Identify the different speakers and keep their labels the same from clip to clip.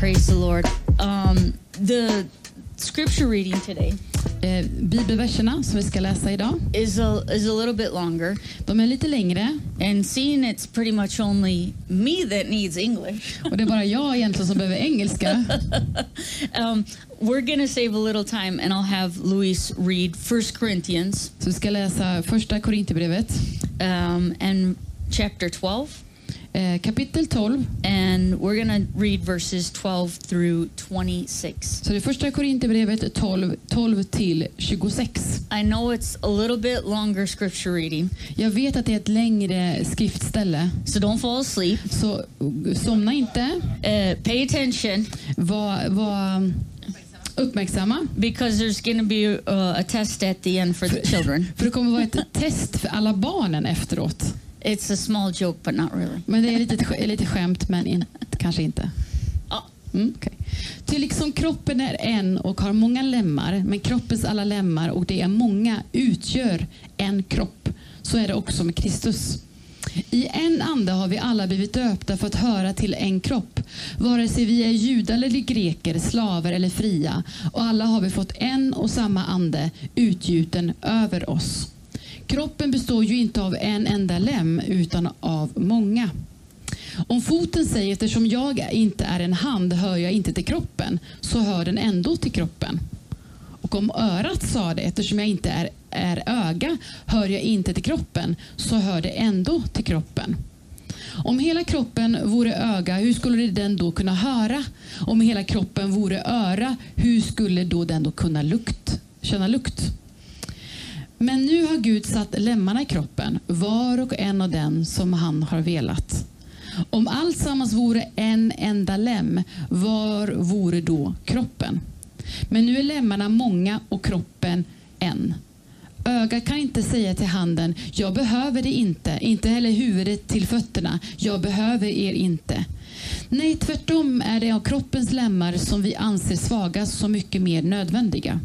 Speaker 1: Praise the Lord. Um, the scripture reading today
Speaker 2: Eh, Bibelverserna som vi ska läsa idag,
Speaker 1: is a, is a little bit longer,
Speaker 2: de är lite längre
Speaker 1: and seeing it's pretty much only me that needs English,
Speaker 2: och det är bara jag egentligen som behöver engelska.
Speaker 1: um, we're going to save a little time, and I'll have Luis read 1 Corinthians
Speaker 2: Så vi ska läsa första Korinthierbrevet,
Speaker 1: um, and chapter 12,
Speaker 2: eh, kapitel 12.
Speaker 1: and we're going to read verses 12 through 26.
Speaker 2: Så det är första Korinthierbrevet 12, 12 till 26.
Speaker 1: I know it's a little bit longer scripture reading,
Speaker 2: Jag vet att det är ett längre skriftställe,
Speaker 1: so don't fall asleep.
Speaker 2: så eh, somna inte.
Speaker 1: Uh, pay attention
Speaker 2: Var, var mm, uppmärksamma,
Speaker 1: because there's going to be uh, a test at the end for the children.
Speaker 2: för det kommer vara ett test för alla barnen efteråt.
Speaker 1: It's a small joke, but not really.
Speaker 2: Men det är lite, ett sk- lite skämt, men in, kanske inte.
Speaker 1: Ja.
Speaker 2: Mm, okej. Till liksom kroppen är en och har många lemmar, men kroppens alla lemmar och det är många utgör en kropp. Så är det också med Kristus. I en ande har vi alla blivit döpta för att höra till en kropp, vare sig vi är judar eller greker, slavar eller fria, och alla har vi fått en och samma ande utgjuten över oss. Kroppen består ju inte av en enda lem, utan av många. Om foten säger eftersom jag inte är en hand hör jag inte till kroppen, så hör den ändå till kroppen. Och om örat sa det eftersom jag inte är, är öga hör jag inte till kroppen, så hör det ändå till kroppen. Om hela kroppen vore öga, hur skulle den då kunna höra? Om hela kroppen vore öra, hur skulle då den då kunna lukt, känna lukt? Men nu har Gud satt lemmarna i kroppen, var och en av den som han har velat. Om alltsammans vore en enda lem, var vore då kroppen? Men nu är lemmarna många och kroppen en. Ögat kan inte säga till handen, jag behöver det inte. Inte heller huvudet till fötterna, jag behöver er inte. Nej, tvärtom är det av kroppens lemmar som vi anser svaga så mycket mer nödvändiga.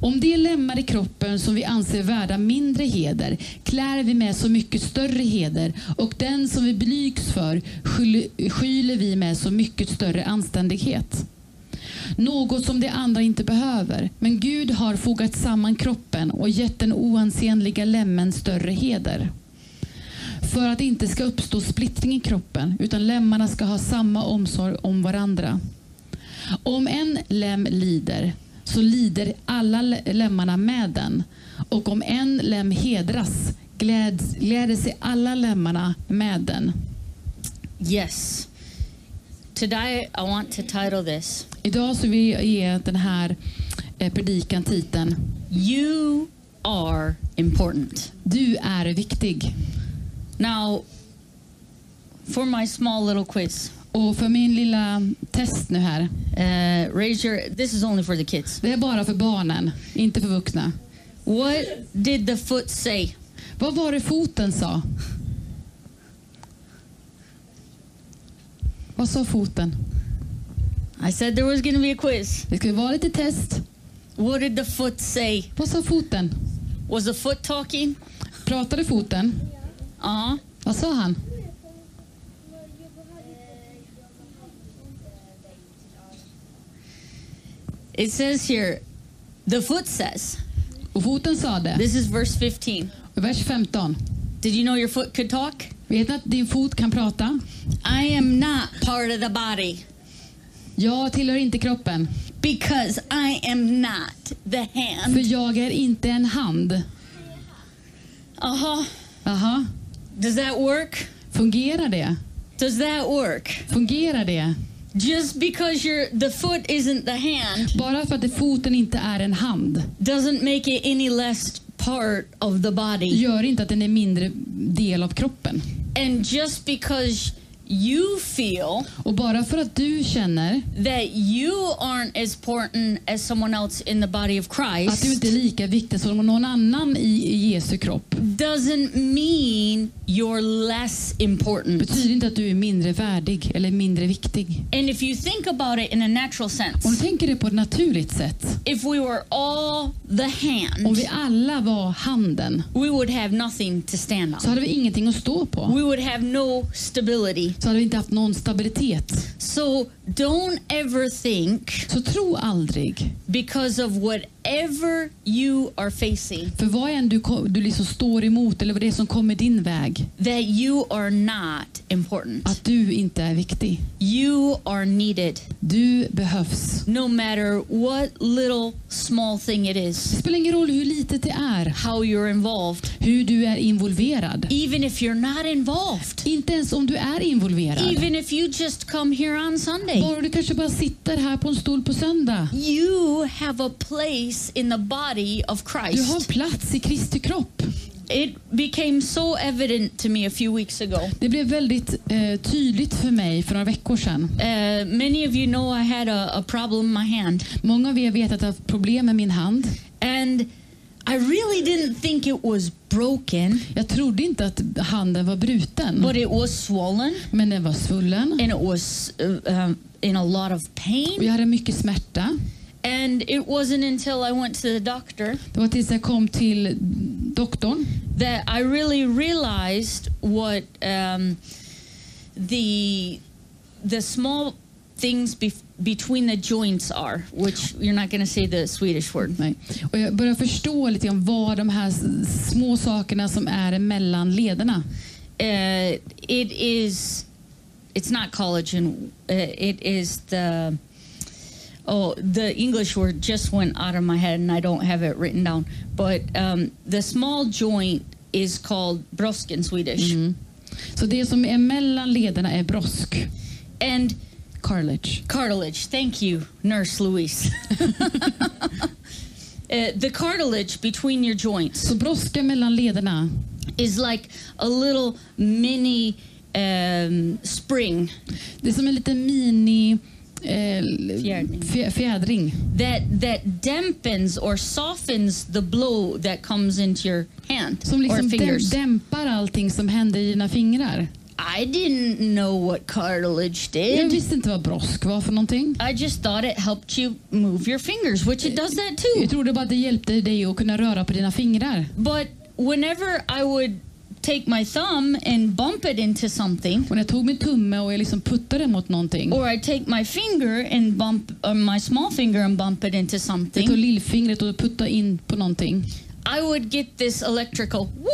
Speaker 2: Om det är lemmar i kroppen som vi anser värda mindre heder klär vi med så mycket större heder och den som vi blygs för skyl- skyler vi med så mycket större anständighet. Något som de andra inte behöver, men Gud har fogat samman kroppen och gett den oansenliga lemmen större heder. För att det inte ska uppstå splittring i kroppen, utan lemmarna ska ha samma omsorg om varandra. Om en lem lider, så lider alla le- lemmarna med den. Och om en lem hedras, gläds, gläder sig alla lemmarna med den.
Speaker 1: Yes. Today, I want to title this
Speaker 2: Idag så vill jag ge den här eh, predikan titeln
Speaker 1: You Are Important.
Speaker 2: Du är viktig.
Speaker 1: Now, for my small little quiz,
Speaker 2: Och för min lilla test nu här.
Speaker 1: uh, raise your, this is only for the kids.
Speaker 2: Det är bara för barnen, inte för vuxna.
Speaker 1: What did the foot say?
Speaker 2: Vad var det foten sa? Vad sa foten?
Speaker 1: I said there was going to be a quiz.
Speaker 2: Det ska vara lite test.
Speaker 1: What did the foot say?
Speaker 2: Vad sa foten?
Speaker 1: Was the foot talking?
Speaker 2: Pratade foten?
Speaker 1: Uh huh.
Speaker 2: Vad sa han?
Speaker 1: It says here, the foot says,
Speaker 2: Och foten sa det.
Speaker 1: this is verse 15.
Speaker 2: Vers 15.
Speaker 1: Did you know your foot could talk?
Speaker 2: Vet ni att din fot kan prata?
Speaker 1: I am not part of the body
Speaker 2: Jag tillhör inte kroppen,
Speaker 1: because I am not the hand.
Speaker 2: för jag är inte en hand.
Speaker 1: Uh huh.
Speaker 2: Aha.
Speaker 1: Does that work?
Speaker 2: Fungerar det?
Speaker 1: Does that work?
Speaker 2: Fungerar det?
Speaker 1: Just because your the foot isn't the hand
Speaker 2: Bara för att det- foten inte är en hand
Speaker 1: doesn't make it any less part of the body.
Speaker 2: gör inte att den är mindre del av kroppen.
Speaker 1: And just because you feel
Speaker 2: Och bara för att du känner
Speaker 1: that you aren't as important as someone else in the body of
Speaker 2: att du
Speaker 1: Christ
Speaker 2: inte är lika viktig som någon annan i i Jesu kropp
Speaker 1: doesn't mean you're less important.
Speaker 2: betyder inte att du är mindre värdig eller mindre viktig.
Speaker 1: And if you think about it in a natural
Speaker 2: Om du
Speaker 1: sense,
Speaker 2: tänker det på ett naturligt sätt,
Speaker 1: if we were all the
Speaker 2: om
Speaker 1: hand,
Speaker 2: vi alla var handen
Speaker 1: we would have nothing to stand
Speaker 2: så
Speaker 1: on.
Speaker 2: hade vi ingenting att stå på.
Speaker 1: We would have no stability.
Speaker 2: så hade vi inte haft någon stabilitet.
Speaker 1: So don't ever think
Speaker 2: Så tro aldrig,
Speaker 1: because of whatever you are facing
Speaker 2: för vad än du, ko- du liksom står emot eller vad det är som kommer din väg,
Speaker 1: that you are not important.
Speaker 2: att du inte är viktig.
Speaker 1: You are needed
Speaker 2: Du behövs.
Speaker 1: no matter what little small thing it
Speaker 2: Det
Speaker 1: is,
Speaker 2: spelar ingen roll hur litet det är,
Speaker 1: how you're involved,
Speaker 2: hur du är involverad.
Speaker 1: even if you're not involved,
Speaker 2: Inte ens om du är involverad.
Speaker 1: even if you just come here on Sunday.
Speaker 2: Bara du kanske bara sitter här på en stol på söndag.
Speaker 1: You have a place in the body of
Speaker 2: Du har en
Speaker 1: Christ.
Speaker 2: plats i Kristi kropp.
Speaker 1: It became so evident to me a few weeks ago.
Speaker 2: Det blev väldigt eh, tydligt för mig för några veckor sedan.
Speaker 1: Uh, many of you know I had a, a problem in my hand,
Speaker 2: Många av er vet att jag har haft problem med min hand.
Speaker 1: and I really didn't think it was broken,
Speaker 2: Jag trodde inte att handen var bruten,
Speaker 1: but it was swollen
Speaker 2: men den var svullen.
Speaker 1: and it was uh, um, in a lot of
Speaker 2: Och
Speaker 1: pain.
Speaker 2: jag hade mycket smärta.
Speaker 1: And it wasn't until I went to the doctor
Speaker 2: Det var tills jag kom till doktorn
Speaker 1: that I really realized what um, the the small things bef between the joints are, which you're not going to say the Swedish word.
Speaker 2: Nej. Och jag börjar förstå lite grann vad de här s- små sakerna som är mellan lederna.
Speaker 1: uh, it is it's not collagen uh, it is the oh the english word just went out of my head and i don't have it written down but um, the small joint is called brosk in swedish
Speaker 2: Så det som är mellan lederna är brosk,
Speaker 1: and
Speaker 2: cartilage.
Speaker 1: cartilage thank you nurse louise Uh, the cartilage between your joints
Speaker 2: Så broska mellan lederna,
Speaker 1: is like a little mini um, spring
Speaker 2: det är som en liten mini eh, l-
Speaker 1: Fjädring.
Speaker 2: fjä- fjädring
Speaker 1: that that dampens or softens the blow that comes into your hand
Speaker 2: som
Speaker 1: or
Speaker 2: liksom däm-
Speaker 1: fingers.
Speaker 2: dämpar allting som händer i dina fingrar.
Speaker 1: I didn't know what cartilage
Speaker 2: Jag
Speaker 1: did.
Speaker 2: visste inte vad brosk var för någonting.
Speaker 1: I just thought it helped you move your fingers, which it does that too.
Speaker 2: Jag trodde bara att det hjälpte dig att kunna röra på dina fingrar.
Speaker 1: But whenever I would take my thumb and bump it into something,
Speaker 2: Och när jag tog min tumme och jag liksom puttade den mot någonting.
Speaker 1: or I take my finger and bump or my small finger and bump it into
Speaker 2: Jag tog
Speaker 1: something,
Speaker 2: lillfingret och puttade in på någonting.
Speaker 1: I would get this electrical woo.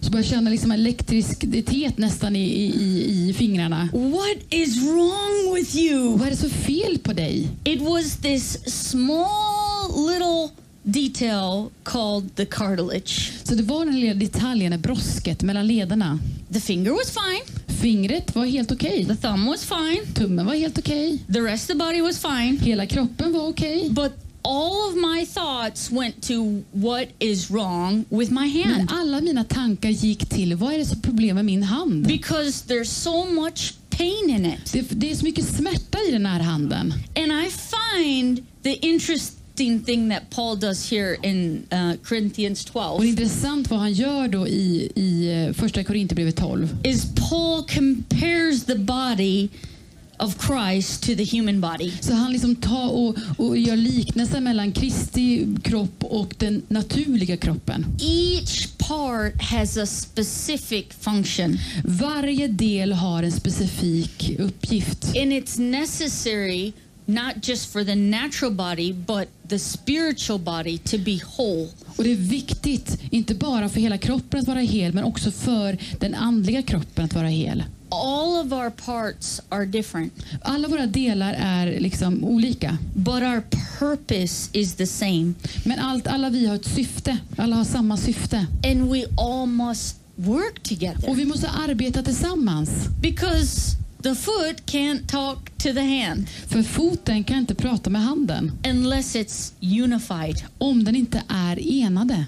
Speaker 2: Så började jag känna liksom elektricitet nästan i, i, i- i fingrarna.
Speaker 1: What is wrong with you?
Speaker 2: Och vad är det så fel på dig?
Speaker 1: It was this small little detail called the cartilage.
Speaker 2: Så det var den lilla detaljen, det brosket mellan lederna.
Speaker 1: The finger was fine,
Speaker 2: Fingret var helt okej.
Speaker 1: the thumb was fine,
Speaker 2: Tummen var helt okej.
Speaker 1: the rest of the body was fine,
Speaker 2: Hela kroppen var okej.
Speaker 1: but all of my thoughts went to what is wrong with my
Speaker 2: Men
Speaker 1: hand
Speaker 2: alla mina tankar gick till, vad är det som problem med min hand?
Speaker 1: because there's so much pain in it.
Speaker 2: Det, det är så mycket smärta i den här handen.
Speaker 1: And I find the interesting thing that Paul does here in uh, Corinthians
Speaker 2: Och det är
Speaker 1: 12
Speaker 2: intressant vad han gör då i, i eh, första Korinthierbrevet 12.
Speaker 1: is Paul compares the body of Christ to the human body.
Speaker 2: Så han liksom tar och, och gör liknelser mellan Kristi kropp och den naturliga kroppen.
Speaker 1: each part has a specific function
Speaker 2: Varje del har en specifik uppgift.
Speaker 1: and it's necessary not just for the natural body but the spiritual body to be whole
Speaker 2: Och det är viktigt, inte bara för hela kroppen att vara hel, men också för den andliga kroppen att vara hel.
Speaker 1: all of our parts are different
Speaker 2: Alla våra delar är liksom olika,
Speaker 1: but our purpose is the same
Speaker 2: men allt, alla vi har ett syfte. Alla har samma syfte.
Speaker 1: and we all must work together
Speaker 2: Och vi måste arbeta tillsammans.
Speaker 1: because the foot can't talk to the hand
Speaker 2: För foten kan inte prata med handen
Speaker 1: unless it's unified
Speaker 2: om den inte är enade.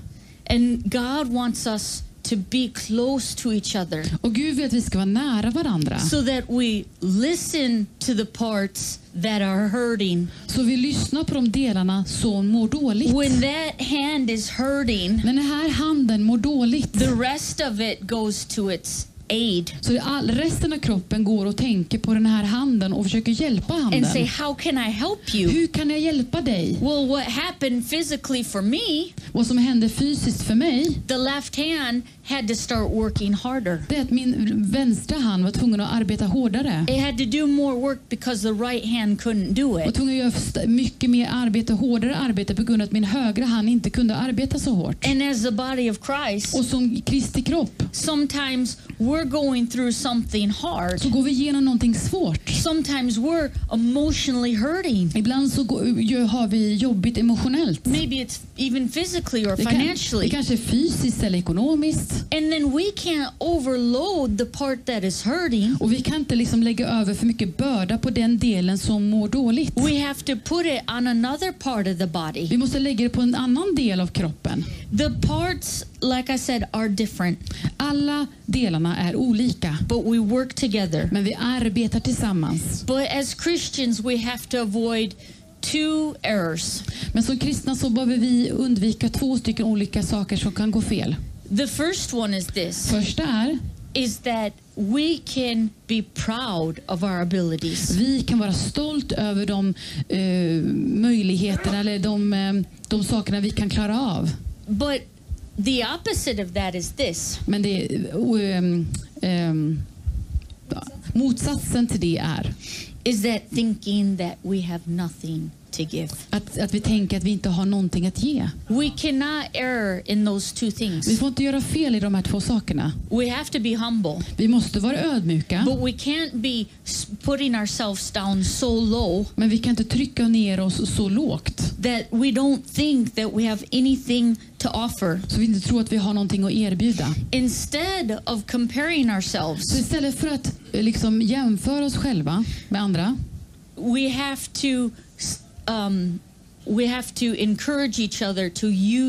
Speaker 1: and god wants us to be close to each other
Speaker 2: Och Gud vill att vi ska vara nära varandra.
Speaker 1: so that we listen to the parts that are hurting.
Speaker 2: Så vi lyssnar på de delarna som mår dåligt.
Speaker 1: When that hand is hurting,
Speaker 2: När den här handen mår dåligt
Speaker 1: the rest of it goes to its aid
Speaker 2: Så all, resten av kroppen går och tänker på den här handen och försöker hjälpa handen.
Speaker 1: and say, How can I help you?
Speaker 2: Hur kan jag hjälpa dig?
Speaker 1: Well, what happened physically for me,
Speaker 2: Vad som hände fysiskt för mig,
Speaker 1: the left hand had to start working harder.
Speaker 2: det är att min vänstra hand var tvungen att arbeta hårdare.
Speaker 1: It had to do more work because the right hand couldn't do
Speaker 2: var
Speaker 1: it.
Speaker 2: tvungen att göra st- mycket mer arbete, hårdare arbete på grund av att min högra hand inte kunde arbeta så hårt.
Speaker 1: And as the body of Christ,
Speaker 2: Och som Kristi kropp
Speaker 1: sometimes we're going through something hard.
Speaker 2: så går vi igenom någonting svårt.
Speaker 1: Sometimes we're emotionally hurting.
Speaker 2: Ibland så går, gör- har vi jobbigt emotionellt.
Speaker 1: Maybe it's even physically or
Speaker 2: Det, kan, det
Speaker 1: financially.
Speaker 2: kanske är fysiskt eller ekonomiskt.
Speaker 1: And then we can't overload the part that is hurting.
Speaker 2: Och vi kan inte liksom lägga över för mycket börda på den delen som mår dåligt.
Speaker 1: We have to put it on another part of the body.
Speaker 2: Vi måste lägga det på en annan del av kroppen.
Speaker 1: The parts, like I said, are different,
Speaker 2: Alla delarna är olika,
Speaker 1: but we work together.
Speaker 2: men vi arbetar tillsammans.
Speaker 1: But as Christians, we have to avoid two errors.
Speaker 2: Men som kristna så behöver vi undvika två stycken olika saker som kan gå fel.
Speaker 1: The first one is this
Speaker 2: Första är
Speaker 1: is that we can be proud of our abilities.
Speaker 2: vi kan vara stolt över de eh, möjligheterna eller de, eh, de sakerna vi kan klara av.
Speaker 1: But the opposite of that is this
Speaker 2: Men det, ehm, ehm, motsatsen till det är
Speaker 1: is that thinking that we have nothing to give.
Speaker 2: att, att vi tänker att vi inte har någonting att ge.
Speaker 1: We cannot err in those two
Speaker 2: Vi
Speaker 1: things.
Speaker 2: får inte göra fel i de här två sakerna.
Speaker 1: We have to be humble,
Speaker 2: Vi måste vara ödmjuka,
Speaker 1: but we can't be s- putting ourselves down so low
Speaker 2: men vi kan inte trycka ner oss så lågt
Speaker 1: that we don't think that we have anything to offer.
Speaker 2: så vi inte tror att vi har någonting att erbjuda.
Speaker 1: Instead of comparing
Speaker 2: Så
Speaker 1: ourselves,
Speaker 2: istället för att eh, liksom jämföra oss själva med andra
Speaker 1: we have to s- um, we have to encourage each other to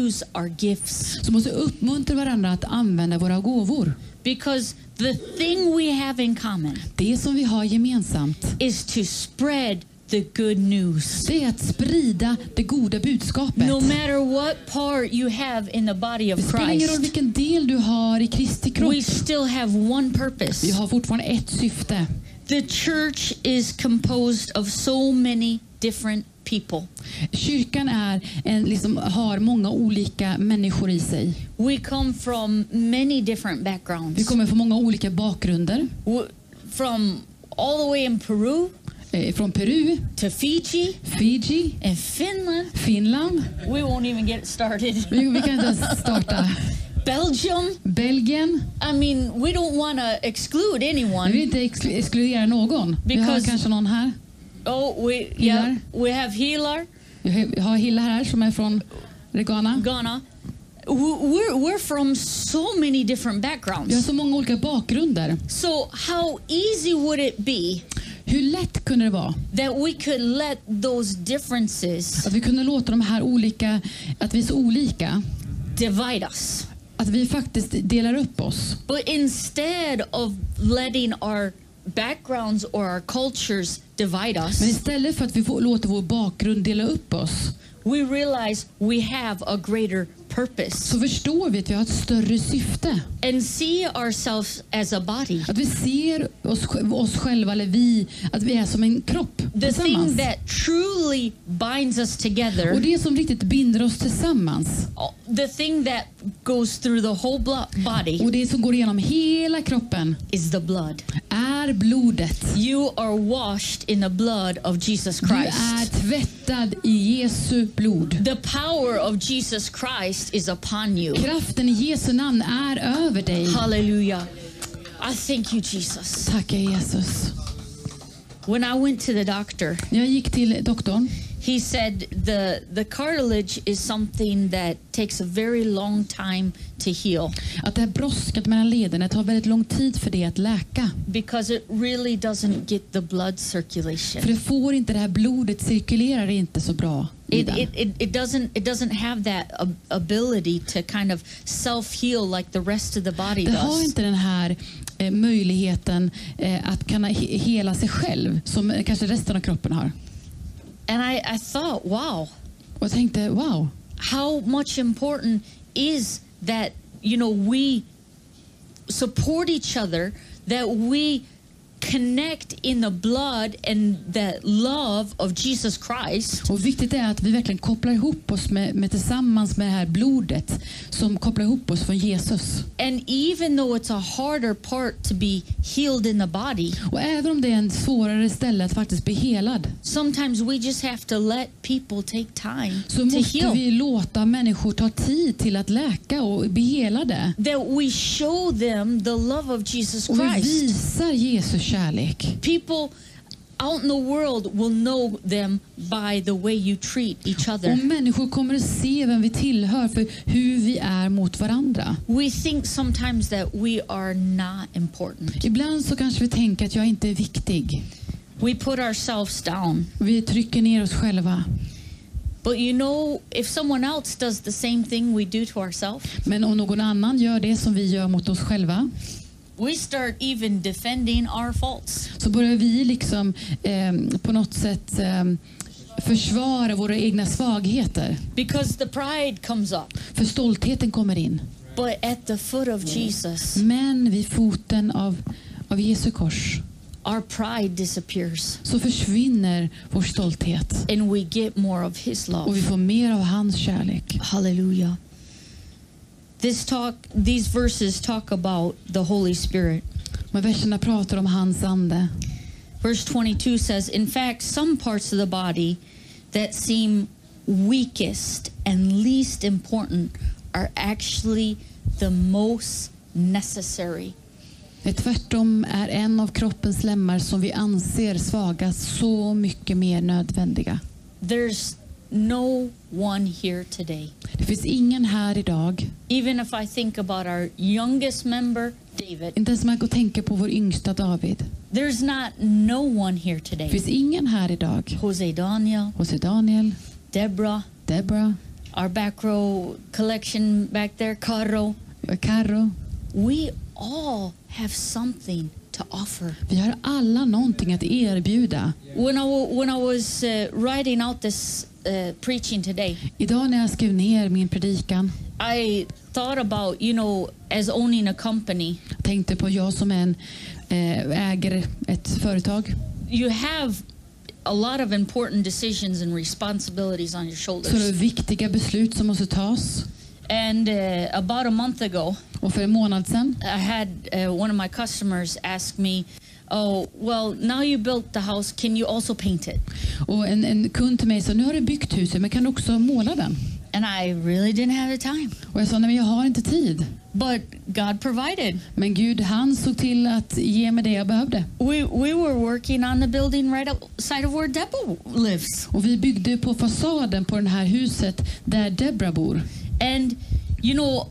Speaker 1: use our gifts
Speaker 2: så måste vi uppmuntra varandra att använda våra gåvor.
Speaker 1: because the thing we have in common
Speaker 2: Det som vi har gemensamt,
Speaker 1: is to spread the good news.
Speaker 2: det är att sprida det goda budskapet.
Speaker 1: No matter what part you have in the body
Speaker 2: Det
Speaker 1: of
Speaker 2: spelar ingen roll
Speaker 1: Christ,
Speaker 2: vilken del du har i Kristi kropp.
Speaker 1: we still have one purpose.
Speaker 2: Vi har fortfarande ett syfte.
Speaker 1: The church is composed of so many different people.
Speaker 2: Kyrkan är en, liksom, har många olika människor i sig.
Speaker 1: We come from many different
Speaker 2: Vi
Speaker 1: backgrounds.
Speaker 2: kommer från många olika bakgrunder.
Speaker 1: W- From all the way in Peru
Speaker 2: Eh, från Peru,
Speaker 1: to Fiji
Speaker 2: Fiji,
Speaker 1: and Finland.
Speaker 2: Finland.
Speaker 1: We won't even get started.
Speaker 2: Vi, vi kan inte ens starta.
Speaker 1: Belgium.
Speaker 2: Belgien.
Speaker 1: I mean, we don't want to exclude
Speaker 2: Vi vill
Speaker 1: anyone.
Speaker 2: inte exklu- exkludera någon. Vi har
Speaker 1: Because-
Speaker 2: kanske någon här.
Speaker 1: Oh, we yeah,
Speaker 2: Hilar.
Speaker 1: we have Hilar,
Speaker 2: Vi har- vi har Hilla här som är från Ghana.
Speaker 1: Ghana. W- We're we're from so many different
Speaker 2: Vi har
Speaker 1: backgrounds.
Speaker 2: så många olika bakgrunder.
Speaker 1: So how easy would it be
Speaker 2: Hur lätt kunde det vara
Speaker 1: that we could let those differences
Speaker 2: att vi kunde låta de här olika, att vi är så olika,
Speaker 1: divide us?
Speaker 2: att vi faktiskt delar upp oss.
Speaker 1: But instead of letting our backgrounds or our cultures divide
Speaker 2: Men
Speaker 1: us,
Speaker 2: istället för att vi får, låter vår bakgrund dela upp oss
Speaker 1: we realize we have a greater purpose
Speaker 2: så förstår vi att vi har ett större syfte.
Speaker 1: and see ourselves as a body.
Speaker 2: Att vi ser oss, sj- oss själva, eller vi, att vi är som en kropp
Speaker 1: The
Speaker 2: tillsammans.
Speaker 1: thing that truly binds us together,
Speaker 2: Och det som riktigt binder oss tillsammans
Speaker 1: the thing that goes through the whole blo- body,
Speaker 2: och det som går igenom hela kroppen
Speaker 1: is the blood.
Speaker 2: är blodet.
Speaker 1: You are washed in the blood of Jesus
Speaker 2: Du är
Speaker 1: Christ.
Speaker 2: tvättad i Jesu blod.
Speaker 1: The power of Jesus Christ is upon you.
Speaker 2: Kraften i Jesu namn är över dig.
Speaker 1: Hallelujah. I thank you, Jesus.
Speaker 2: Tackar Jesus.
Speaker 1: When I went to the doctor,
Speaker 2: När jag gick till doktorn
Speaker 1: he said the the cartilage is something that takes a very long time to heal
Speaker 2: att det här brosket mellan lederna tar väldigt lång tid för det att läka.
Speaker 1: because it really doesn't get the blood
Speaker 2: För
Speaker 1: circulation.
Speaker 2: det får inte, det här blodet cirkulerar inte så bra. i
Speaker 1: It,
Speaker 2: den.
Speaker 1: it, it, it doesn't it doesn't have that ab- ability to kind of self heal like the rest of the body
Speaker 2: det har
Speaker 1: does.
Speaker 2: inte den här eh, möjligheten eh, att kunna he- hela sig själv som eh, kanske resten av kroppen har.
Speaker 1: And I, I thought, wow,
Speaker 2: Och jag tänkte, wow,
Speaker 1: how much important is that you know we support each other, that we connect in the blood and the love of Jesus Christ.
Speaker 2: Och viktigt är att vi verkligen kopplar ihop oss med, med tillsammans med det här blodet som kopplar ihop oss från Jesus.
Speaker 1: And even though it's a harder part to be healed in the body,
Speaker 2: Och även om det är en svårare ställe att faktiskt bli helad
Speaker 1: sometimes we just have to let people take time
Speaker 2: så
Speaker 1: to
Speaker 2: måste
Speaker 1: heal.
Speaker 2: vi låta människor ta tid till att läka och bli helade.
Speaker 1: that we show them the love of Jesus
Speaker 2: Och vi
Speaker 1: Christ.
Speaker 2: visar Jesus kärlek.
Speaker 1: People out in the world will know them by the way you treat each
Speaker 2: Och
Speaker 1: other.
Speaker 2: människor kommer att se vem vi tillhör för hur vi är mot varandra.
Speaker 1: We think sometimes that we are not important.
Speaker 2: Ibland så kanske vi tänker att jag inte är viktig.
Speaker 1: We put ourselves down.
Speaker 2: Vi trycker ner oss själva.
Speaker 1: But you know, if someone else does the same thing we do to ourselves,
Speaker 2: Men om någon annan gör det som vi gör mot oss själva
Speaker 1: we start even defending our faults.
Speaker 2: så börjar vi liksom eh, på något sätt eh, försvara våra egna svagheter.
Speaker 1: Because the pride comes up.
Speaker 2: För stoltheten kommer in.
Speaker 1: But at the foot of Jesus,
Speaker 2: Men vid foten av, av Jesu kors
Speaker 1: our pride disappears
Speaker 2: så försvinner vår stolthet
Speaker 1: and we get more of his love.
Speaker 2: och vi får mer av hans kärlek.
Speaker 1: Hallelujah. This talk, these verses talk about the Holy Spirit.
Speaker 2: Men verserna pratar om hans ande.
Speaker 1: Verse 22 says, In fact, some parts of the body that seem weakest and least important are actually the most necessary.
Speaker 2: Ett tvärtom är en av kroppens lemmar som vi anser svaga så mycket mer nödvändiga.
Speaker 1: There's no one here today.
Speaker 2: Det finns ingen här idag,
Speaker 1: Even if I think about our youngest member, David,
Speaker 2: inte ens om man går och tänker på vår yngsta David.
Speaker 1: there's not no one here
Speaker 2: Det
Speaker 1: today.
Speaker 2: finns ingen här idag.
Speaker 1: Jose Daniel,
Speaker 2: Jose Daniel,
Speaker 1: Deborah,
Speaker 2: Deborah,
Speaker 1: our back row collection back there, Caro,
Speaker 2: Carro.
Speaker 1: we all have something to offer.
Speaker 2: Vi har alla någonting att erbjuda.
Speaker 1: When I, wa- when I was uh, writing out this uh, preaching today,
Speaker 2: Idag när jag skrev ner min predikan
Speaker 1: I thought about, you know, as owning a company,
Speaker 2: tänkte på jag som en eh, äger ett företag
Speaker 1: you have a lot of important decisions and responsibilities on your
Speaker 2: så det är
Speaker 1: shoulders.
Speaker 2: viktiga beslut som måste tas.
Speaker 1: And uh, about a month ago,
Speaker 2: Och för en månad sedan
Speaker 1: I had uh, one of my customers ask me, Oh, well, now you built the house, can you also paint it?
Speaker 2: och en, en kund till mig sa nu har du byggt huset men kan du också måla den?
Speaker 1: And I really didn't have the time.
Speaker 2: Och jag sa nej men jag har inte tid.
Speaker 1: But God provided.
Speaker 2: Men Gud han såg till att ge mig det jag behövde.
Speaker 1: We we were working on the building right outside of where Debo lives,
Speaker 2: Och vi byggde på fasaden på det här huset där Debra bor.
Speaker 1: and you know,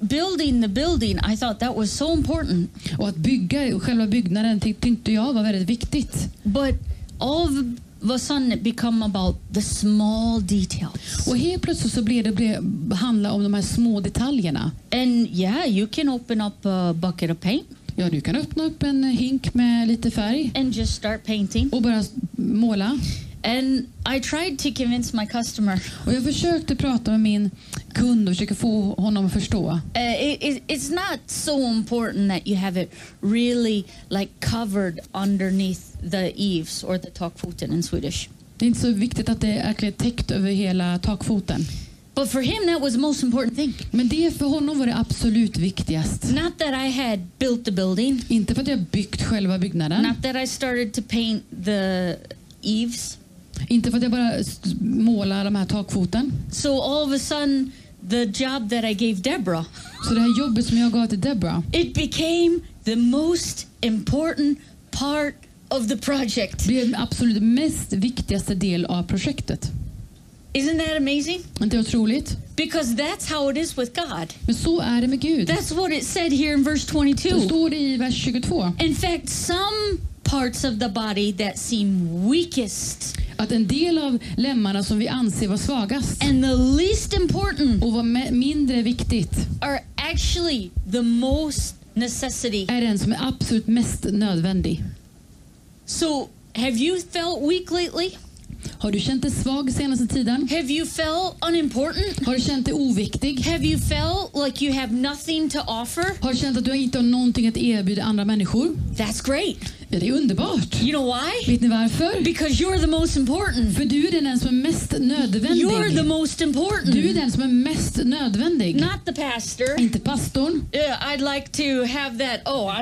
Speaker 1: building the building, I thought that was so important.
Speaker 2: Och att bygga själva byggnaden ty- tyckte jag var väldigt viktigt.
Speaker 1: But all of a sudden, it become about the small details.
Speaker 2: Och helt plötsligt så blev det blev, handla om de här små detaljerna.
Speaker 1: And yeah, you can open up a bucket of paint
Speaker 2: Ja, du kan öppna upp en hink med lite färg
Speaker 1: and just start painting.
Speaker 2: och börja måla.
Speaker 1: And I tried to convince my customer.
Speaker 2: Och jag försökte prata med min kund och försöka få honom att förstå.
Speaker 1: Uh, it, it, it's not so important that you have it really like covered underneath the eaves or the takfoten in Swedish.
Speaker 2: Det är inte så viktigt att det är verkligen täckt över hela takfoten.
Speaker 1: But for him, that was the most important thing.
Speaker 2: Men det för honom var det absolut viktigast.
Speaker 1: Not that I had built the building,
Speaker 2: Inte för att jag byggt själva byggnaden.
Speaker 1: not that I started to paint the eaves.
Speaker 2: Inte för att jag bara s- målar de här takfoten.
Speaker 1: So all of a sudden, the job that I gave Deborah,
Speaker 2: Så det här jobbet som jag gav till Debra,
Speaker 1: it became the most important part of the project.
Speaker 2: blev den absolut mest viktigaste del av projektet.
Speaker 1: Isn't that amazing?
Speaker 2: Inte otroligt?
Speaker 1: Because that's how it is with God.
Speaker 2: Men så är det med Gud.
Speaker 1: That's what it said here in verse
Speaker 2: Så
Speaker 1: 22.
Speaker 2: står det i vers 22
Speaker 1: In fact, some parts of the body that seem weakest
Speaker 2: att en del av lemmarna som vi anser vara svagast
Speaker 1: and the least important
Speaker 2: och vad me- mindre viktigt
Speaker 1: are actually the most necessity.
Speaker 2: är den som är absolut mest nödvändig.
Speaker 1: So, have you felt weak lately?
Speaker 2: Har du känt dig svag senaste tiden?
Speaker 1: Have you felt unimportant?
Speaker 2: Har du känt dig oviktig?
Speaker 1: Have you felt like you have nothing to offer?
Speaker 2: Har du känt att du inte har någonting att erbjuda andra människor?
Speaker 1: That's great.
Speaker 2: Ja, det är underbart.
Speaker 1: You know why?
Speaker 2: Vet ni varför?
Speaker 1: Because you're the most important.
Speaker 2: För du är den som är mest
Speaker 1: You're the
Speaker 2: nödvändig.
Speaker 1: most
Speaker 2: Du är
Speaker 1: important.
Speaker 2: den som är mest nödvändig.
Speaker 1: Not the pastor.
Speaker 2: Inte pastorn.
Speaker 1: Yeah, I'd like to have that. Oh,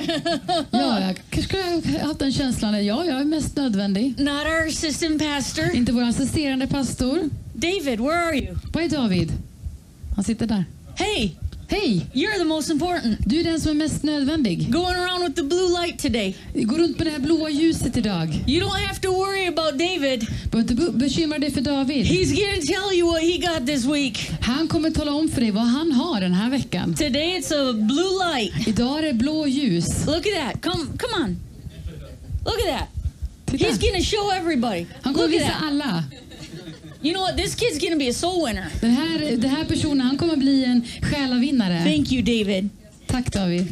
Speaker 2: Ja, jag kanske skulle ha haft den känslan. där, Ja, jag är mest nödvändig.
Speaker 1: not our assistant pastor.
Speaker 2: Inte vår assisterande pastor.
Speaker 1: David, where are you?
Speaker 2: Vad är David? Han sitter där.
Speaker 1: Hey,
Speaker 2: Hej!
Speaker 1: you're the most important.
Speaker 2: Du är den som är mest nödvändig.
Speaker 1: Going around with the blue light today.
Speaker 2: Gå runt med det här blåa ljuset idag.
Speaker 1: You don't have to worry about David.
Speaker 2: Behöver inte be- bekymra dig för David.
Speaker 1: He's going to tell you what he got this week.
Speaker 2: Han kommer tala om för dig vad han har den här veckan.
Speaker 1: Today it's a blue light.
Speaker 2: Idag är det blå ljus.
Speaker 1: Look at that. Come come on. Look at that.
Speaker 2: Titta.
Speaker 1: He's going to show everybody.
Speaker 2: Han kommer
Speaker 1: Look at
Speaker 2: visa
Speaker 1: that.
Speaker 2: alla.
Speaker 1: You know what? This kid's going to be a soul winner.
Speaker 2: Den här, den här personen, han kommer bli en själavinnare.
Speaker 1: Thank you, David.
Speaker 2: Tack David.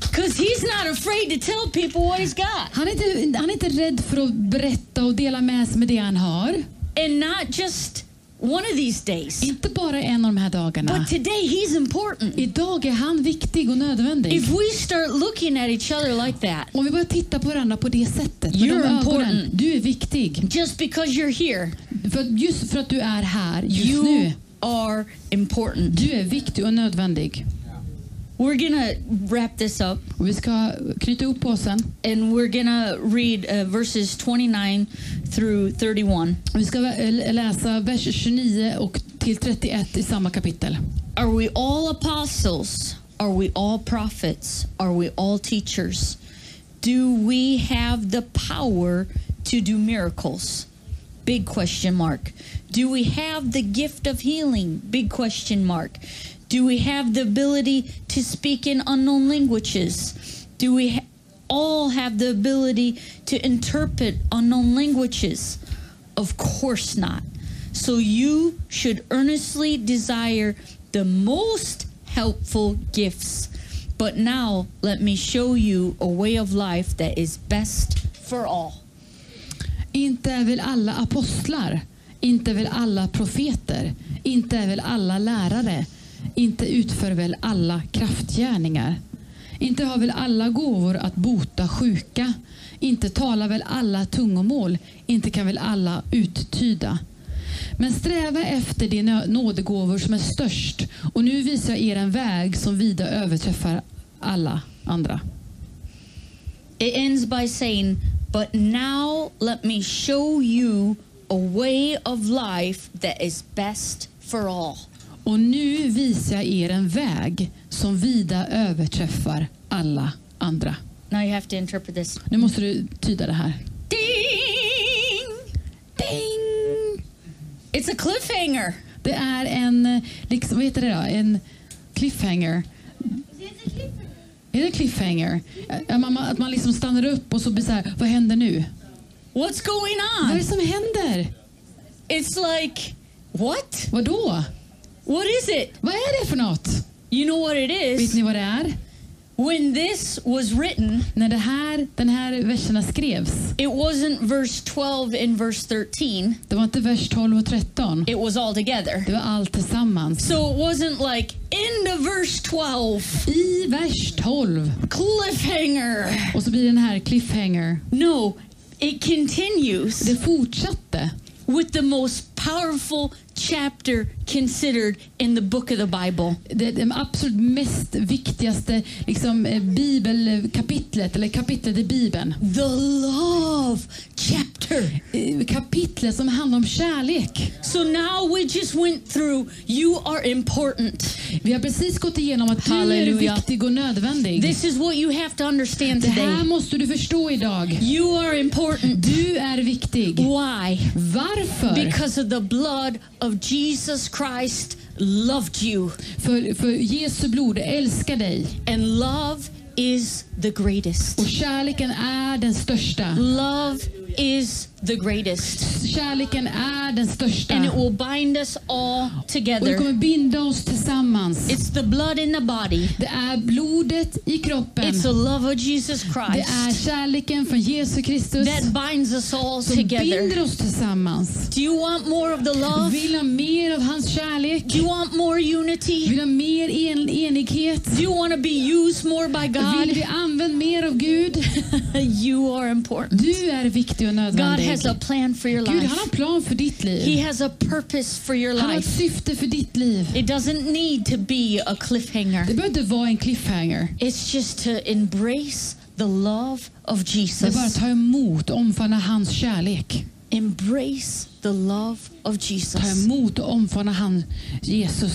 Speaker 1: Because he's not afraid to tell people what he's got.
Speaker 2: Han är, inte, han är inte rädd för att berätta och dela med sig med det han har.
Speaker 1: And not just one of these days.
Speaker 2: Inte bara en av de här dagarna.
Speaker 1: But today he's important.
Speaker 2: Idag är han viktig och nödvändig.
Speaker 1: If we start looking at each other like that,
Speaker 2: Om vi börjar titta på varandra på det sättet. Med de
Speaker 1: You're
Speaker 2: ögonen,
Speaker 1: important.
Speaker 2: du är viktig.
Speaker 1: just because you're here,
Speaker 2: För, att- just för att du är här just nu.
Speaker 1: you are important.
Speaker 2: Du är viktig och nödvändig.
Speaker 1: We're going to wrap this up
Speaker 2: Och vi ska knyta ihop påsen.
Speaker 1: and we're going to read uh, verses 29 through 31.
Speaker 2: Och Vi ska vä- lä- läsa vers 29 och till 31 i samma kapitel.
Speaker 1: Are we all apostles? Are we all prophets? Are we all teachers? Do we have the power to do miracles? Big question mark. Do we have the gift of healing? Big question mark. Do we have the ability to speak in unknown languages? Do we ha- all have the ability to interpret unknown languages? Of course not. So you should earnestly desire the most helpful gifts. But now let me show you a way of life that is best for all.
Speaker 2: Inte är väl alla apostlar? Inte är väl alla profeter? Inte är väl alla lärare? Inte utför väl alla kraftgärningar? Inte har väl alla gåvor att bota sjuka? Inte talar väl alla tungomål? Inte kan väl alla uttyda? Men sträva efter de nö- nådegåvor som är störst och nu visar jag er en väg som vida överträffar alla andra.
Speaker 1: It ends by saying, But now let me show you a way of life that is best for all.
Speaker 2: Och nu visar jag er en väg som vida överträffar alla andra.
Speaker 1: Now you have to interpret this.
Speaker 2: Nu måste du tyda det här.
Speaker 1: Ding!
Speaker 2: Ding!
Speaker 1: It's a cliffhanger.
Speaker 2: Det är en, eh, liksom, vad heter det då? En cliffhanger. Är det cliffhanger? Att man, att man liksom stannar upp och så blir så här, vad händer nu?
Speaker 1: What's going
Speaker 2: Vad är
Speaker 1: on?
Speaker 2: det som händer?
Speaker 1: It's like, what?
Speaker 2: Vad då?
Speaker 1: What is it?
Speaker 2: Vad är det för något?
Speaker 1: You know what it
Speaker 2: Vet
Speaker 1: is?
Speaker 2: ni vad det är?
Speaker 1: When this was written,
Speaker 2: När det här, den här verserna skrevs,
Speaker 1: it wasn't verse 12 and verse 13.
Speaker 2: det var inte vers 12 och 13.
Speaker 1: It was all together.
Speaker 2: Det var allt tillsammans.
Speaker 1: So it wasn't like end of verse 12,
Speaker 2: I vers 12
Speaker 1: cliffhanger.
Speaker 2: Och så blir den här cliffhanger.
Speaker 1: No, it continues
Speaker 2: Det fortsatte
Speaker 1: with the most powerful chapter considered in the book of the Bible.
Speaker 2: det, det absolut mest viktigaste liksom, eh, bibelkapitlet, eller kapitlet i Bibeln.
Speaker 1: The love chapter.
Speaker 2: Eh, Kapitlet som handlar om kärlek.
Speaker 1: So now we just went through you are important.
Speaker 2: Vi har precis gått igenom att du är
Speaker 1: Halleluja.
Speaker 2: viktig och nödvändig.
Speaker 1: This is what you have to understand
Speaker 2: Det här
Speaker 1: today.
Speaker 2: måste du förstå idag.
Speaker 1: You are important.
Speaker 2: Du är viktig.
Speaker 1: Why?
Speaker 2: Varför?
Speaker 1: Because of the blood of Jesus Christ loved you.
Speaker 2: För, för Jesu blod älskar dig.
Speaker 1: And love is the
Speaker 2: Och
Speaker 1: greatest. Mm.
Speaker 2: kärleken är den största.
Speaker 1: Love is the greatest.
Speaker 2: Kärleken är den största.
Speaker 1: And it will bind us all
Speaker 2: Och det
Speaker 1: together.
Speaker 2: kommer binda oss tillsammans.
Speaker 1: It's the blood in the body.
Speaker 2: Det är blodet i kroppen.
Speaker 1: It's the love of Jesus
Speaker 2: Det är
Speaker 1: Christ
Speaker 2: kärleken från Jesus Kristus
Speaker 1: that binds us all
Speaker 2: som
Speaker 1: together.
Speaker 2: binder oss tillsammans.
Speaker 1: Do you want more of the love?
Speaker 2: Vill ha mer av hans kärlek.
Speaker 1: Do you want more unity?
Speaker 2: Vill ha mer en enighet.
Speaker 1: Do you want to be used more by God?
Speaker 2: Vill bli använd mer av Gud.
Speaker 1: you are important.
Speaker 2: Du är viktig och
Speaker 1: God
Speaker 2: nödvändig.
Speaker 1: has a plan for your
Speaker 2: Gud han har
Speaker 1: life.
Speaker 2: en plan för ditt
Speaker 1: He
Speaker 2: liv.
Speaker 1: has a purpose for your
Speaker 2: Han har ett
Speaker 1: life.
Speaker 2: syfte för ditt liv.
Speaker 1: It doesn't need to be a
Speaker 2: Det
Speaker 1: cliffhanger.
Speaker 2: behöver inte vara en cliffhanger.
Speaker 1: It's just to embrace the love of
Speaker 2: Det är bara att
Speaker 1: Jesus.
Speaker 2: ta emot och omfamna hans kärlek.
Speaker 1: Embrace the love of
Speaker 2: Ta
Speaker 1: Jesus.
Speaker 2: emot och omfamna han, Jesus.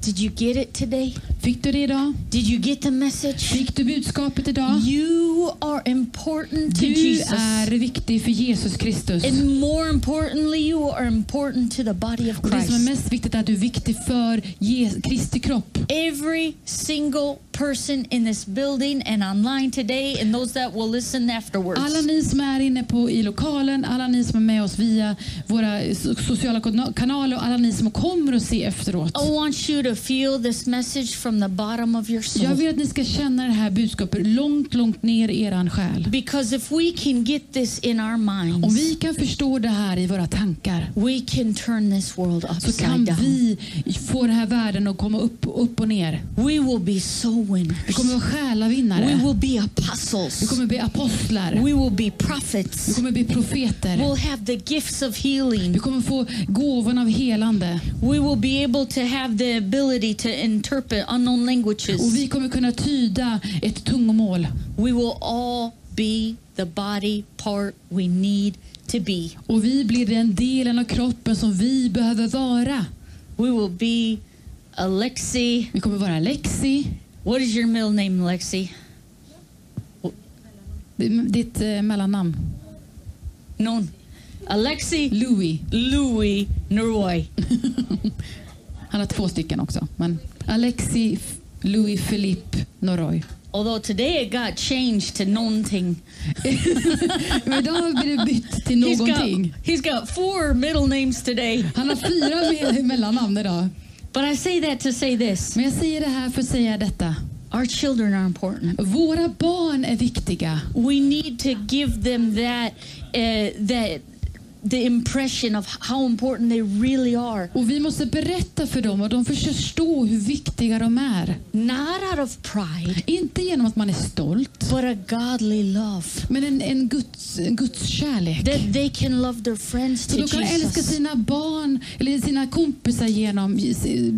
Speaker 1: Did you get it today?
Speaker 2: Fick du det idag?
Speaker 1: Did you get the message?
Speaker 2: Fick du budskapet idag?
Speaker 1: You are important to
Speaker 2: Du
Speaker 1: Jesus.
Speaker 2: är viktig för Jesus Kristus.
Speaker 1: And more importantly, you are important to the body of
Speaker 2: Och det som är
Speaker 1: Christ.
Speaker 2: mest viktigt är att du är viktig för Je- Kristi kropp.
Speaker 1: Every single person in this building and online today, and those that will listen
Speaker 2: Alla
Speaker 1: afterwards,
Speaker 2: ni som är inne på i lokalen, alla ni som är med oss via våra so- sociala kana- kanaler och alla ni som kommer att se efteråt.
Speaker 1: I want you to feel this message from the bottom of your
Speaker 2: Jag
Speaker 1: soul.
Speaker 2: vill att ni ska känna det här budskapet långt, långt ner i eran själ.
Speaker 1: Because if we can get this in our
Speaker 2: Om
Speaker 1: minds,
Speaker 2: vi kan förstå det här i våra tankar
Speaker 1: we can turn this world
Speaker 2: så kan
Speaker 1: upside down.
Speaker 2: vi få den här världen att komma upp, upp och ner.
Speaker 1: We will be soul
Speaker 2: Vi kommer
Speaker 1: winners.
Speaker 2: att vara
Speaker 1: We
Speaker 2: själavinnare.
Speaker 1: will be
Speaker 2: Vi
Speaker 1: apostles.
Speaker 2: kommer att bli apostlar.
Speaker 1: We will be
Speaker 2: Vi
Speaker 1: prophets.
Speaker 2: kommer att bli profeter.
Speaker 1: We'll have the gifts of
Speaker 2: Vi
Speaker 1: healing.
Speaker 2: kommer att få gåvan av helande.
Speaker 1: We will be able to have the ability to interpret unknown
Speaker 2: Och
Speaker 1: languages.
Speaker 2: vi kommer kunna tyda ett tungomål.
Speaker 1: We will all be the body part we need to be.
Speaker 2: Och vi blir den delen av kroppen som vi behöver vara.
Speaker 1: We will be Alexi.
Speaker 2: Vi kommer vara Lexi.
Speaker 1: What is your middle name, Alexi?
Speaker 2: Ditt eh, mellannamn?
Speaker 1: No. Alexi
Speaker 2: Louis.
Speaker 1: Louis Norroy.
Speaker 2: Han har två stycken också. Men Alexi F- Louis Philippe Noroy.
Speaker 1: Although today it got changed to någonting.
Speaker 2: Men idag blir det bytt till
Speaker 1: He's got,
Speaker 2: någonting.
Speaker 1: he's got four middle names today.
Speaker 2: Han har fyra me- mellannamn idag.
Speaker 1: But I say that to say this.
Speaker 2: Men jag säger det här för att säga detta.
Speaker 1: Our children are important.
Speaker 2: Våra barn är viktiga.
Speaker 1: We need to give them that uh, that the impression of how important they really are.
Speaker 2: Och vi måste berätta för dem och de får förstå hur viktiga de är.
Speaker 1: Not out of pride,
Speaker 2: Inte genom att man är stolt,
Speaker 1: but a godly love.
Speaker 2: men en, en, guds, en guds kärlek.
Speaker 1: That they can love their friends
Speaker 2: Så
Speaker 1: to
Speaker 2: de kan älska
Speaker 1: Jesus.
Speaker 2: sina barn eller sina kompisar genom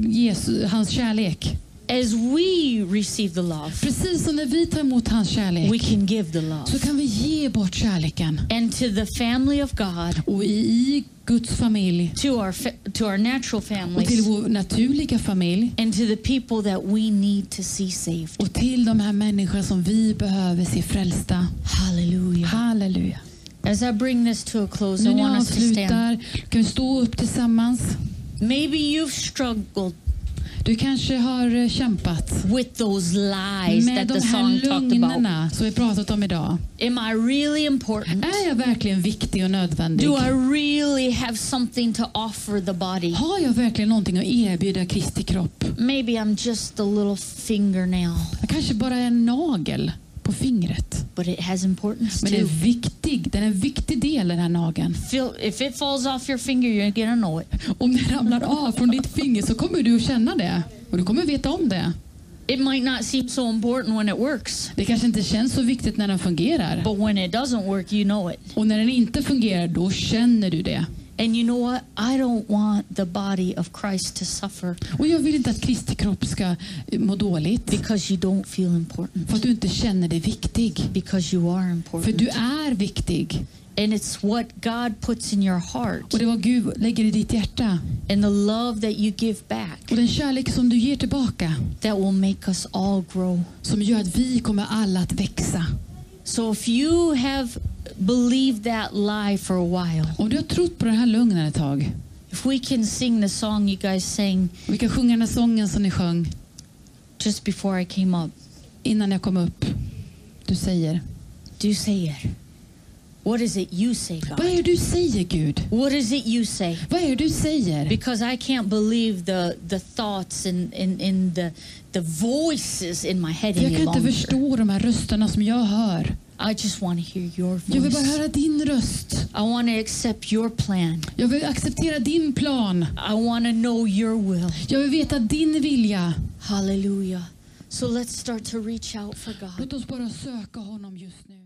Speaker 2: Jesu, hans kärlek.
Speaker 1: As we receive the love,
Speaker 2: Precis som när vi tar emot hans
Speaker 1: we
Speaker 2: kärlek
Speaker 1: can give the love.
Speaker 2: så kan vi ge bort kärleken.
Speaker 1: And to the family of God,
Speaker 2: Och i, i Guds familj
Speaker 1: to our fa- to our natural
Speaker 2: och till
Speaker 1: families,
Speaker 2: vår naturliga familj
Speaker 1: and to the people that we need to see saved.
Speaker 2: och till de här människorna som vi behöver se frälsta.
Speaker 1: Hallelujah.
Speaker 2: Halleluja.
Speaker 1: As I bring this to a close, I
Speaker 2: Nu när
Speaker 1: want
Speaker 2: jag
Speaker 1: us to stand.
Speaker 2: avslutar kan vi stå upp tillsammans.
Speaker 1: Maybe you've struggled
Speaker 2: Du kanske har eh, kämpat
Speaker 1: with those lies that
Speaker 2: med de
Speaker 1: the
Speaker 2: här
Speaker 1: song talked about.
Speaker 2: lögnerna som vi pratat om idag.
Speaker 1: Am I really important?
Speaker 2: Är jag verkligen viktig och nödvändig?
Speaker 1: Do I really have something to offer the body?
Speaker 2: Har jag verkligen någonting att erbjuda Kristi kropp?
Speaker 1: Maybe I'm just a little fingernail,
Speaker 2: Jag kanske bara är en nagel på fingret.
Speaker 1: but it has importance
Speaker 2: Men den är
Speaker 1: too.
Speaker 2: viktig. Den är en viktig del, den här nageln.
Speaker 1: Feel, if it falls off your finger, you're gonna know it.
Speaker 2: Om den ramlar av från ditt finger så kommer du att känna det. Och du kommer veta om det.
Speaker 1: It might not seem so important when it works,
Speaker 2: Det kanske inte känns så viktigt när den fungerar.
Speaker 1: but when it doesn't work, you know it.
Speaker 2: Och när den inte fungerar, då känner du det.
Speaker 1: And you know what? I don't want the body of Christ to suffer
Speaker 2: Och jag vill inte att Kristi kropp ska eh, må dåligt.
Speaker 1: because you don't feel important,
Speaker 2: För att du inte känner dig viktig.
Speaker 1: because you are
Speaker 2: För
Speaker 1: important.
Speaker 2: du är viktig.
Speaker 1: And it's what God puts in your heart
Speaker 2: Och det var Gud lägger i ditt hjärta.
Speaker 1: and the love that you give back
Speaker 2: Och den kärlek som du ger tillbaka.
Speaker 1: that will make us all grow.
Speaker 2: som gör att vi kommer alla att växa.
Speaker 1: So if you have believed that lie for a while,
Speaker 2: Om du har trott på den här lögnen ett tag,
Speaker 1: if we can sing the song you guys sang
Speaker 2: och vi kan sjunga den här sången som ni sjöng
Speaker 1: just before I came up,
Speaker 2: innan jag kom upp. Du säger,
Speaker 1: du säger What is it you say,
Speaker 2: Vad
Speaker 1: God?
Speaker 2: är det du säger Gud?
Speaker 1: What is it you say?
Speaker 2: Vad är det du säger?
Speaker 1: Because I can't believe the the thoughts and in, in, the the voices in my head
Speaker 2: För jag
Speaker 1: any
Speaker 2: kan inte
Speaker 1: longer.
Speaker 2: förstå de här rösterna som jag hör.
Speaker 1: I just want to hear your
Speaker 2: Jag vill bara
Speaker 1: voice.
Speaker 2: höra din röst.
Speaker 1: I want to accept your plan.
Speaker 2: Jag vill acceptera din plan.
Speaker 1: I want to know your will.
Speaker 2: Jag vill veta din vilja.
Speaker 1: Hallelujah. So let's start to reach out for God.
Speaker 2: Låt oss bara söka honom just nu.